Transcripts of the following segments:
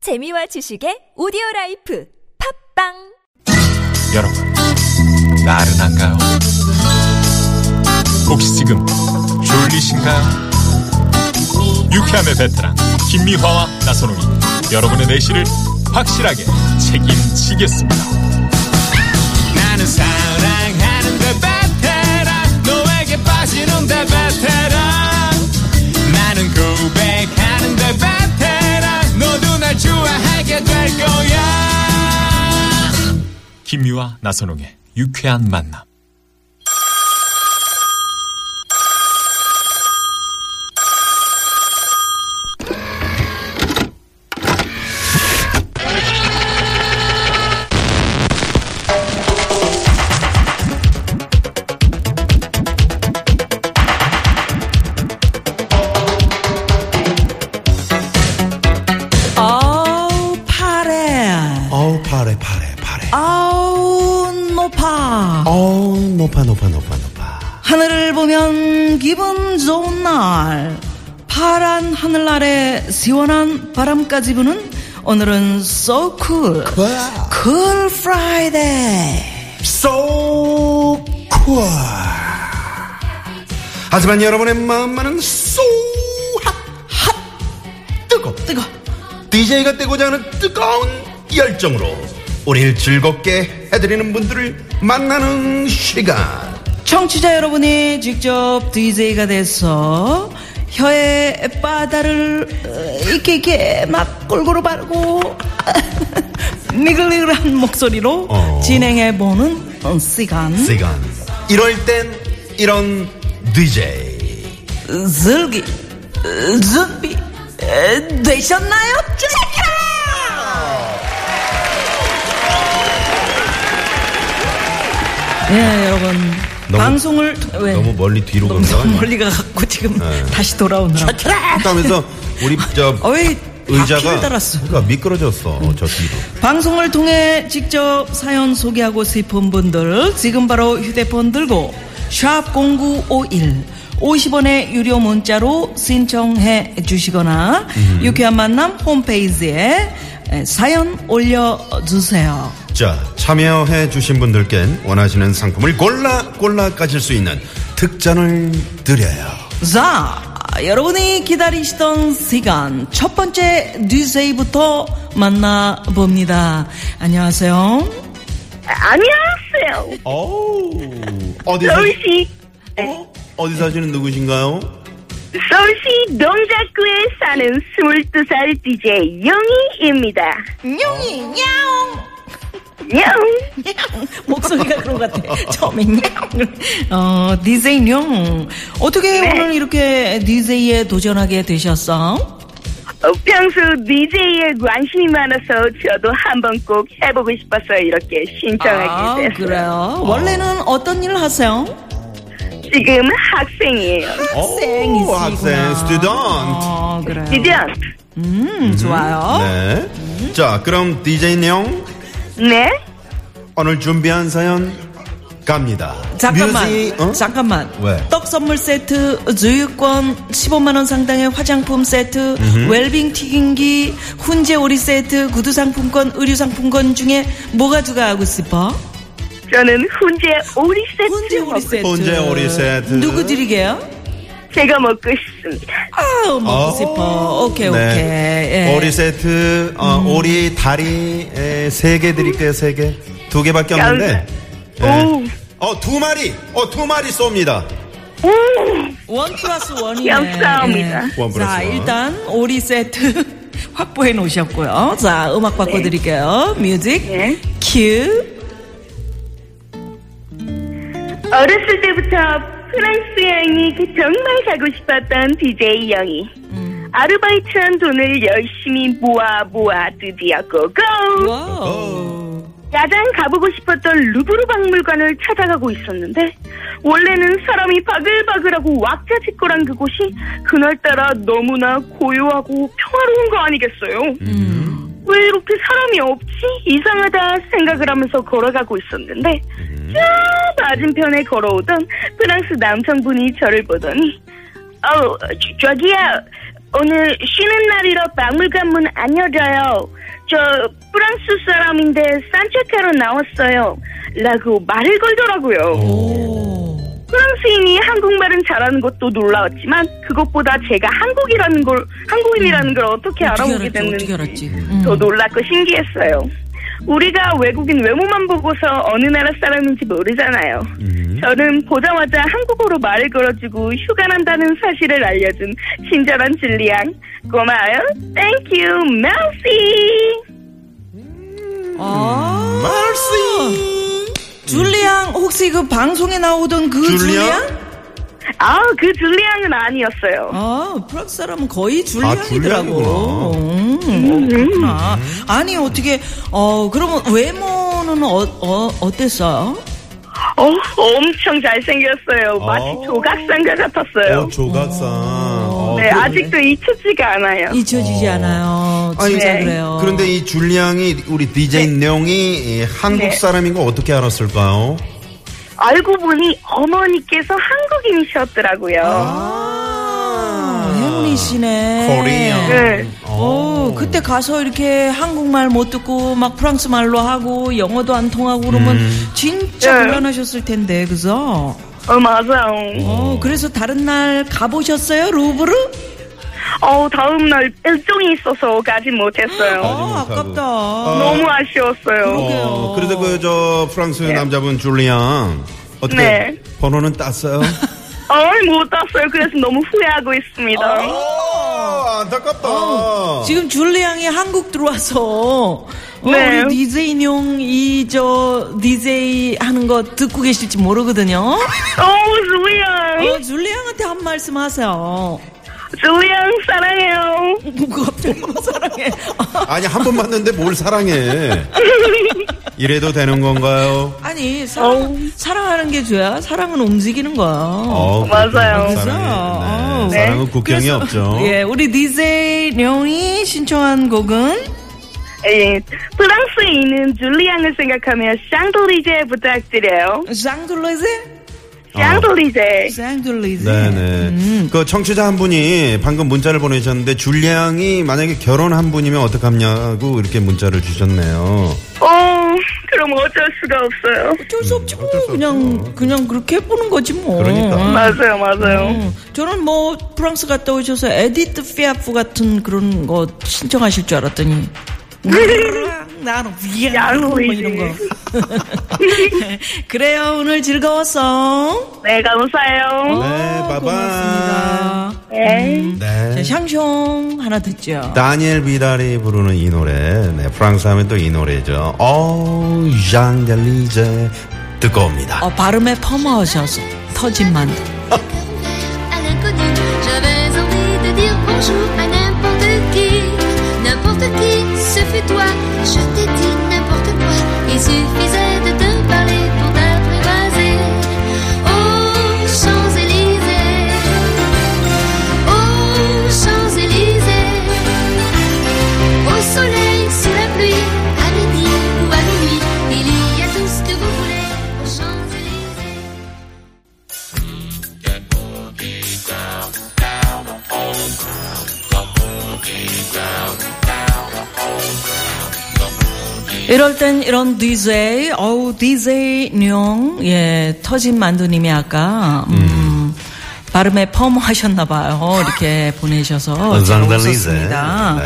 재미와 지식의 오디오 라이프 팝빵 여러분, 나른한가요? 혹시 지금 졸리신가요? 유쾌함의 베테랑 김미화와 나선홍이 여러분의 내실을 확실하게 책임지겠습니다. 나는 사랑하는데 베테랑 너에게 빠지는데 베테랑 나는 고백하는데 베테랑 너도 날 좋아하게 될 거야 김미화 나선홍의 유쾌한 만남. 아우 파래 어우 파래 파래 파래 아우 높아 어우 높아 높아 높아 높아 하늘을 보면 기분 좋은 날 파란 하늘 아래 시원한 바람까지 부는 오늘은 so cool 와 cool Friday so cool 하지만 여러분의 마음만은 so hot hot 뜨거 뜨거 DJ가 떼고자 하는 뜨거운 열정으로 우릴 즐겁게 해드리는 분들을 만나는 시간 청취자 여러분이 직접 DJ가 돼서 혀에 바다를 어, 이렇게 이렇게 막 골고루 바르고 미글미글한 목소리로 어. 진행해보는 어, 시간 시간 이럴 땐 이런 DJ 즐기 어, 준비 어, 되셨나요? 체키라! 예 여러분 너무- 방송을 통- 왜? 너무 멀리 뒤로 너무 간다 멀리 가갖고 지금 네. 다시 돌아오느라 하면서 우리 저 어이 의자가 바퀴를 달았어 그러니까 미끄러졌어 저 뒤로 방송을 통해 직접 사연 소개하고 싶은 분들 지금 바로 휴대폰 들고 샵0951 50원의 유료 문자로 신청해 주시거나 음. 유쾌한 만남 홈페이지에 에, 사연 올려주세요 자, 참여해 주신 분들께 원하시는 상품을 골라 골라 가질 수 있는 특전을 드려요. 자 여러분이 기다리시던 시간 첫 번째 DJ부터 만나봅니다 안녕하세요 안녕하세요. 어우, 어디 사, 서울시, 어디 사시는 누구신가요? 서울시 농작구에 사는 22살 DJ 영희입니다. 용이 야옹 영! 목소리가 그런 것 같아. 처음에 냥. 어, DJ 냥. 어떻게 네. 오늘 이렇게 DJ에 도전하게 되셨어? 어, 평소 DJ에 관심이 많아서 저도 한번 꼭 해보고 싶어서 이렇게 아, 신청하게 됐어요. 그래요. 원래는 어떤 일을 하세요? 지금 학생이에요. 학생이시구나. 오, 어, 학생, 스튜던트. 어, 그래요. 드디어, 음, 좋아요. 네. 자, 그럼 DJ 영 네? 오늘 준비한 사연 갑니다. 잠깐만, 뮤직, 어? 잠깐만. 왜? 떡 선물 세트, 주유권 15만 원 상당의 화장품 세트, 웰빙 튀김기, 훈제 오리 세트, 구두 상품권, 의류 상품권 중에 뭐가 추가하고 싶어? 저는 훈제 오리 세트 혼재 오리 먹고 세트. 혼재 오리 세트. 누구 드리게요? 제가 먹고 싶습니다. 아, 먹고 어. 싶어. 오케이, 네. 오케이. 예. 음. 오리 세트, 어, 오리 다리 에, 세 개 드릴게요, 세 개. 두 개밖에 없는데. 오. 어, 두 마리. 어, 두 마리 쏩니다. 오! 원 플러스 원이네. 예. 감사합니다. 원 플러스 자, 원. 일단 오리 세트 확보해 놓으셨고요. 자, 음악 바꿔 드릴게요. 뮤직 네. 큐. 어렸을 때부터 프랑스 여행이 그 정말 가고 싶었던 DJ 영희. 아르바이트한 돈을 열심히 모아 모아 드디어 뭐? 고고! 와우. 야장 가보고 싶었던 루브르 박물관을 찾아가고 있었는데 원래는 사람이 바글바글하고 왁자지껄한 그곳이 그날따라 너무나 고요하고 평화로운 거 아니겠어요? 왜 이렇게 사람이 없지? 이상하다 생각을 하면서 걸어가고 있었는데 저 맞은편에 걸어오던 프랑스 남성분이 저를 보더니 어우 저- 저기요 오늘 쉬는 날이라 박물관 문 안 열어요. 저 프랑스 사람인데 산책하러 나왔어요. 라고 말을 걸더라고요. 프랑스인이 한국말은 잘하는 것도 놀라웠지만 그것보다 제가 한국이라는 걸 한국인이라는 걸 어떻게 어떻게 알아보게 알았지? 됐는지 어떻게 알았지? 음. 더 놀랍고 신기했어요. 우리가 외국인 외모만 보고서 어느 나라 사람인지 모르잖아요. 저는 보자마자 한국어로 말을 걸어주고 휴가 난다는 사실을 알려준 친절한 진리양 고마워요. 땡큐 멜시. 아, 음, 말씨. 줄리앙 혹시 그 방송에 나오던 그 줄리앙? 줄리앙? 아그 진리양은 아니었어요. 아, 프랑스 사람은 거의 아, 줄리앙이구나. 줄리앙이더라고. 음, 그렇구나. 아니 어떻게 어 그러면 외모는 어, 어 어땠어요? 어, 엄청 잘생겼어요. 마치 어. 조각상과 같았어요. 어, 조각상. 어, 네, 아직도 잊혀지가 않아요. 잊혀지지 않아요. 아니, 진짜 네. 그래요. 그런데 이 줄리앙이 우리 DJ 내용이 이 한국 네. 사람인 거 어떻게 알았을까요? 알고 보니 어머니께서 한국인이셨더라고요. 아, 혜문이 씨네. 코리안. 어, 네. 오, 그때 가서 이렇게 한국말 못 듣고 막 프랑스 말로 하고 영어도 안 통하고 그러면 음. 진짜 네. 곤란하셨을 텐데 그죠? 어, 맞아요. 어, 그래서 다른 날 가보셨어요 루브르? 어, 다음날 일정이 있어서 가지 못했어요. 어, 못하고. 아깝다. 너무 아쉬웠어요. 어, 그래도 그 저 프랑스 남자분 줄리앙 어떻게 네. 번호는 땄어요? 어, 못 땄어요. 그래서 너무 후회하고 있습니다. 아, 안타깝다. 어. 어. 지금 줄리앙이 한국 들어와서 어, 네. 우리 DJ 용이저 DJ 하는 거 듣고 계실지 모르거든요. 어, 주리양. 어, 줄리앙한테 한 말씀 하세요. 주리양, 사랑해요. 뭐가 별로 사랑해. 아니 한 번 봤는데 뭘 사랑해? 이래도 되는 건가요? 아니 사랑, 사랑하는 게 죄야. 사랑은 움직이는 거야. 어, 맞아요. 그렇군요. 맞아요. 사랑해. 네. 네. 사랑은 국경이 그래서- 없죠. 예, 우리 DJ 용이 신청한 곡은 예, 프랑스에 있는 줄리앙을 생각하며 샹돌리제 부탁드려요. 샹들리제, 아. 샹돌리제. 샹들리제. 네네. 음, 그 청취자 한 분이 방금 문자를 보내셨는데 줄리앙이 만약에 결혼한 분이면 어떡하냐고 이렇게 문자를 주셨네요. 어, 그럼 어쩔 수가 없어요. 어쩔 수 없지 뭐. 그냥 그냥 그렇게 해보는 거지 뭐. 그러니까. 음. 맞아요, 맞아요. 음, 저는 뭐 프랑스 갔다 오셔서 에디트 피아프 같은 그런 거 신청하실 줄 알았더니 나는 야, 위안으로 이런 거. 그래요 오늘 즐거웠어. 네, 감사해요. 네, 바바. 고맙습니다. 네. 네. 자, 샹숑 하나 듣죠. 다니엘 비달이 부르는 이 노래, 네, 프랑스 하면 또 이 노래죠. 어, 샹델리제 듣고 옵니다. 어, 발음에 퍼마셔서 터진만. à l'inconnu. J'avais envie de dire bonjour à n'importe qui. N'importe qui, ce fut toi. Je t'ai dit n'importe quoi. Il suffisait de te parler pour t'être écrasé. Aux Champs-Élysées. Aux Champs-Élysées. Au soleil, sous la pluie, à midi ou à minuit. Il y a tout ce que vous voulez aux Champs-Élysées. 이럴 땐 이런 DJ, 어우, DJ 뇽, 예, 터진 만두님이 아까, 음, 발음에 펌 하셨나봐요. 이렇게 보내셔서. 어, 잘 장달리제. 웃었습니다. 네,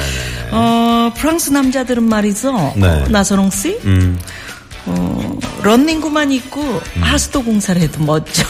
어, 프랑스 남자들은 말이죠. 네. 어, 나선홍 씨? 음. 어, 런닝구만 입고 하수도 공사를 해도 멋져.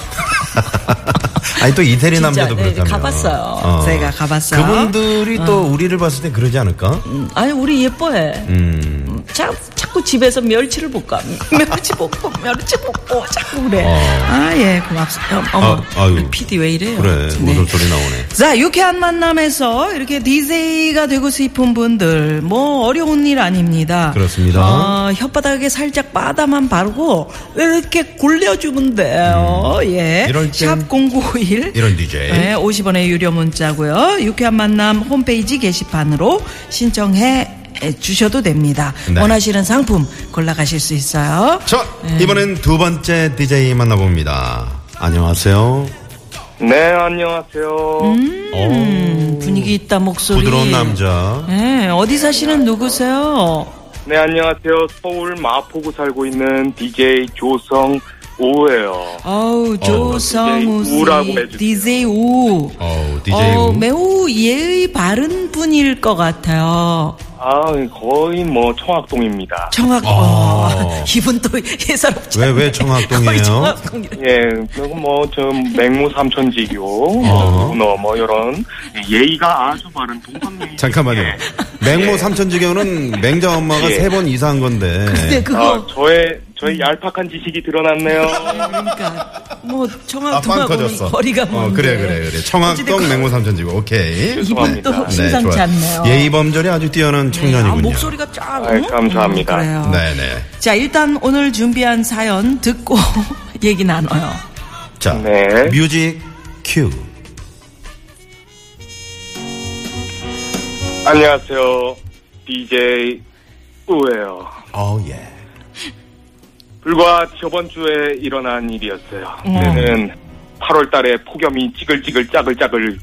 아니 또 이태리 진짜, 남자도 네, 그렇다면 가봤어요. 제가 가봤어요. 그분들이 또 우리를 봤을 때 그러지 않을까? 음, 아니, 우리 예뻐해. 음. 자, 자꾸 집에서 멸치를 볶아. 멸치 볶고, 멸치 볶고, 자꾸 그래. 아, 예, 고맙습니다. 어머, 어. 아, 아유. PD 왜 이래요? 그래 네. 웃음 소리 나오네. 자, 유쾌한 만남에서 이렇게 DJ가 되고 싶은 분들, 뭐, 어려운 일 아닙니다. 그렇습니다. 어, 혓바닥에 살짝 바다만 바르고, 이렇게 굴려주면 돼요. 예. 음. 이럴 땐- 예. 샵0951. 이런 DJ. 네, 50원의 유료 문자고요. 유쾌한 만남 홈페이지 게시판으로 신청해 주셔도 됩니다. 네. 원하시는 상품 골라가실 수 있어요. 자 이번엔 두 번째 DJ 만나봅니다. 안녕하세요. 네, 안녕하세요. 음, 분위기 있다 목소리. 부드러운 남자. 예, 어디 사시는 누구세요? 네, 안녕하세요. 서울 마포구 살고 있는 DJ 조성오예요. 어우 네. DJ 조성우 우라고 씨, 해주세요. DJ 우. 어우, DJ. 음. 어, 우. 매우 예의 바른 분일 것 같아요. 아, 거의 뭐 청학동입니다. 청학, 어, 이분 또 예사롭지. 왜, 않네. 왜 청학동이에요? 거의 청학동이래. 예, 그리고 뭐, 저, 맹무 삼천지교, 어. 문어, 뭐, 이런, 예의가 아주 바른 동방예의. 잠깐만요. 맹모 삼천지경은 맹자 엄마가 예. 세 번 이상한 건데. 근데 네, 그거, 아, 저의, 저의 얄팍한 지식이 드러났네요. 그러니까, 뭐, 아, 빵 청학동하고는 터졌어. 거리가 어, 먼데 그래, 그래, 그래. 어찌됐건- 청학동 맹모 삼천지경. 오케이. 이분 또 죄송합니다. 심상치 좋아요. 않네요. 예의범절이 아주 뛰어난 아, 청년이군요. 목소리가 쫙. 아이, 응? 감사합니다. 음, 그래요. 네네. 자, 일단 오늘 준비한 사연 듣고 얘기 나눠요. 자, 네. 뮤직 큐. 안녕하세요. DJ 우예요. 어, 예. 불과 저번 주에 일어난 일이었어요. 음. 네, 저는 8월 달에 폭염이 찌글찌글 짜글짜글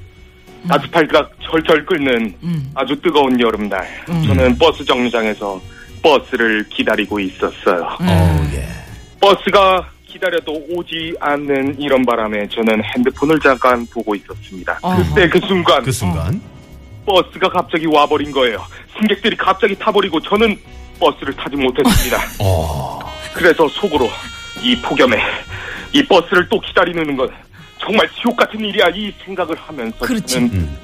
아스팔트가 절절 끓는 아주 뜨거운 여름날. 저는 버스 정류장에서 버스를 기다리고 있었어요. 음. 어, 예. 버스가 기다려도 오지 않는 이런 바람에 저는 핸드폰을 잠깐 보고 있었습니다. 어. 그때 그 순간 그 순간. 버스가 갑자기 와버린 거예요. 승객들이 갑자기 타버리고 저는 버스를 타지 못했습니다. 어. 어, 그래서 속으로 이 폭염에 이 버스를 또 기다리는 건 정말 지옥 같은 일이야 이 생각을 하면서 그렇지. 저는 음.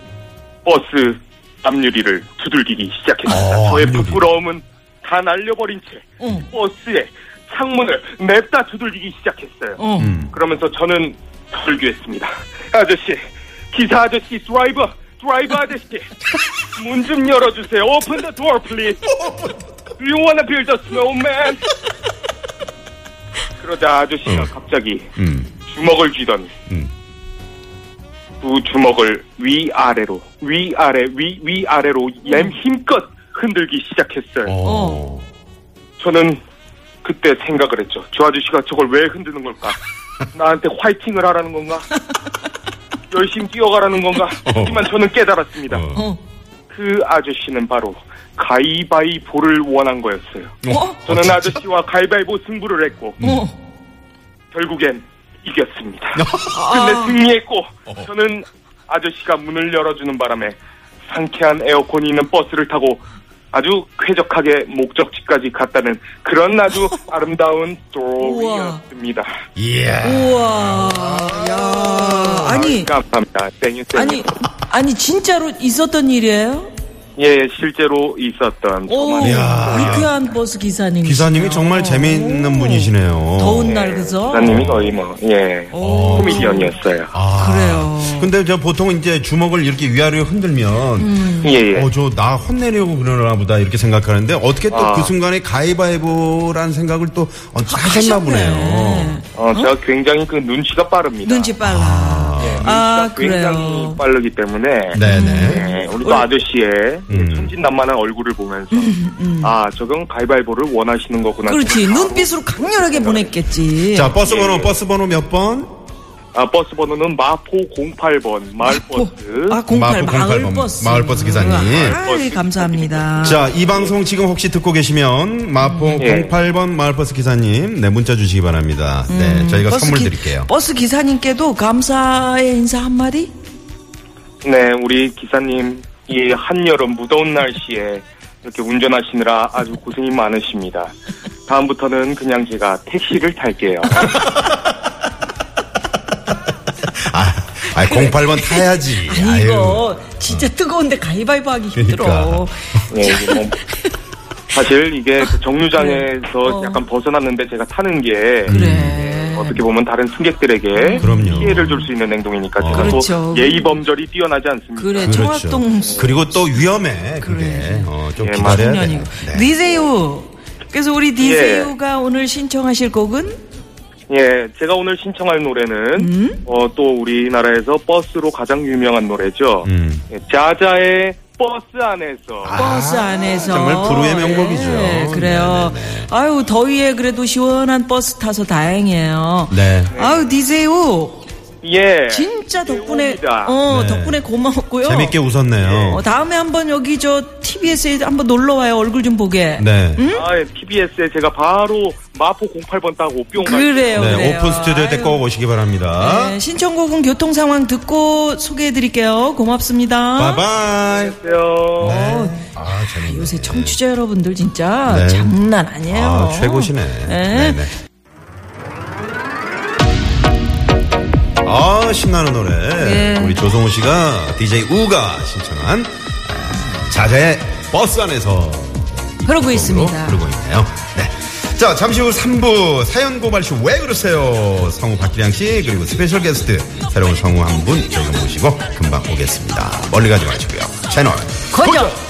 버스 앞유리를 두들기기 시작했습니다. 어, 저의 앞유리. 부끄러움은 다 날려버린 채 응. 버스에 창문을 냅다 두들기기 시작했어요. 어. 음. 그러면서 저는 절규했습니다. 아저씨, 기사 아저씨, 드라이버, 드라이버 아저씨, 문 좀 열어주세요. Open the door, please. Do you wanna build a snowman? 그러자 아저씨가 갑자기 음. 주먹을 쥐더니 음. 두 주먹을 위아래로, 위아래, 위, 위아래로 맴 힘껏 흔들기 시작했어요. 어. 저는 그때 생각을 했죠. 저 아저씨가 저걸 왜 흔드는 걸까? 나한테 화이팅을 하라는 건가? 열심히 뛰어가라는 건가? 하지만 저는 깨달았습니다. 어. 그 아저씨는 바로 가위바위보를 원한 거였어요. 어? 저는 아저씨와 가위바위보 승부를 했고 어. 결국엔 이겼습니다. 아. 근데 승리했고 어. 저는 아저씨가 문을 열어주는 바람에 상쾌한 에어컨이 있는 버스를 타고 아주 쾌적하게 목적지까지 갔다는 그런 아주 아름다운 스토리였습니다. 예. 이야. 우와. 아, 야. 아니, 감사합니다. 땡유 땡유. 아니, 아니 진짜로 있었던 일이에요? 예 실제로 있었던 오, 저만의 이야. 유쾌한 버스 기사님. 기사님이 정말 재미있는 분이시네요. 어. 더운 날 그죠? 사장님이 거의 뭐예 코미디언이었어요. 아. 그래요. 근데 저 보통 이제 주먹을 이렇게 위아래로 흔들면 음. 예예. 어, 저 나 혼내려고 그러나 보다 이렇게 생각하는데 어떻게 또 그 아. 순간에 가위바위보라는 생각을 또 어, 하셨나 하셨네. 보네요. 어, 제가 굉장히 그 눈치가 빠릅니다. 눈치 빨라. 아, 예, 눈치가 굉장히 그래요. 빠르기 때문에 음. 네네. 네, 우리 또 아저씨의 음. 천진난만한 얼굴을 보면서 아 저건 가위바위보를 원하시는 거구나. 음, 그렇지. 바로, 눈빛으로 강렬하게 네. 보냈겠지. 자, 버스 예, 번호, 예. 버스 번호 몇 번? 아, 버스 번호는 마포 08번 마을버스. 아, 08 마포 08 마을버스. 마을버스 기사님. 아이, 음. 감사합니다. 자, 이 방송 지금 혹시 듣고 계시면 마포 예. 08번 마을버스 기사님, 네, 문자 주시기 바랍니다. 네, 저희가 음. 선물 기- 드릴게요. 버스 기사님께도 감사의 인사 한마디? 네 우리 기사님 이 한여름 무더운 날씨에 이렇게 운전하시느라 아주 고생이 많으십니다. 다음부터는 그냥 제가 택시를 탈게요. 아, 아 08번 타야지. 그러니까. 아니, 이거 진짜 뜨거운데 가위바위보 하기 음. 힘들어. 네, 이게 뭐 사실 이게 그 정류장에서 어. 약간 벗어났는데 제가 타는 게 그래. 어떻게 보면 다른 승객들에게 음, 그럼요. 어. 피해를 줄 수 있는 행동이니까 제가 그렇죠. 또 예의 범절이 뛰어나지 않습니다. 그래, 그렇죠. 청학동 그리고 또 위험해. 그게. 어, 좀 예, 기다려야 돼요. 네. 청년이고. 디제유. 그래서 우리 디제유가 오늘 신청하실 곡은? 예, 제가 오늘 신청할 노래는 음? 어, 또 우리나라에서 버스로 가장 유명한 노래죠. 음. 예, 자자의 버스 안에서 버스 안에서. 아, 정말 불후의 명곡이죠. 네, 그래요. 아유, 더위에 그래도 시원한 버스 타서 다행이에요. 네. 아유, 디제유. 예. 진짜 덕분에 배웁니다. 어 네. 덕분에 고마웠고요. 재밌게 어, 웃었네요. 다음에 한번 여기 저 TBS에 한번 놀러 와요. 얼굴 좀 보게. 네. 음? 아, TBS에 제가 바로 마포 08번 따고 뿅. 그래요. 네, 그래요. 오픈 스튜디오 때 아유. 꼭 오시기 바랍니다. 네, 신청곡은 교통 상황 듣고 소개해 드릴게요. 고맙습니다. 바이바이. 안녕하세요. 어? 아, 재밌네. 요새 청취자 여러분들 진짜 네. 장난 아니에요. 아, 최고시네. 네. 네네. 아, 신나는 노래. 네. 우리 조성우 씨가 DJ 우가 신청한 아, 자자의 버스 안에서 그러고 으로 있습니다. 네, 부르고 있네요. 네. 자, 잠시 후 3부 사연 고발 씨 왜 그러세요? 성우 박기량 씨 그리고 스페셜 게스트 새로운 성우 한 분 저희가 모시고 금방 오겠습니다. 멀리 가지 마시고요. 채널 고정.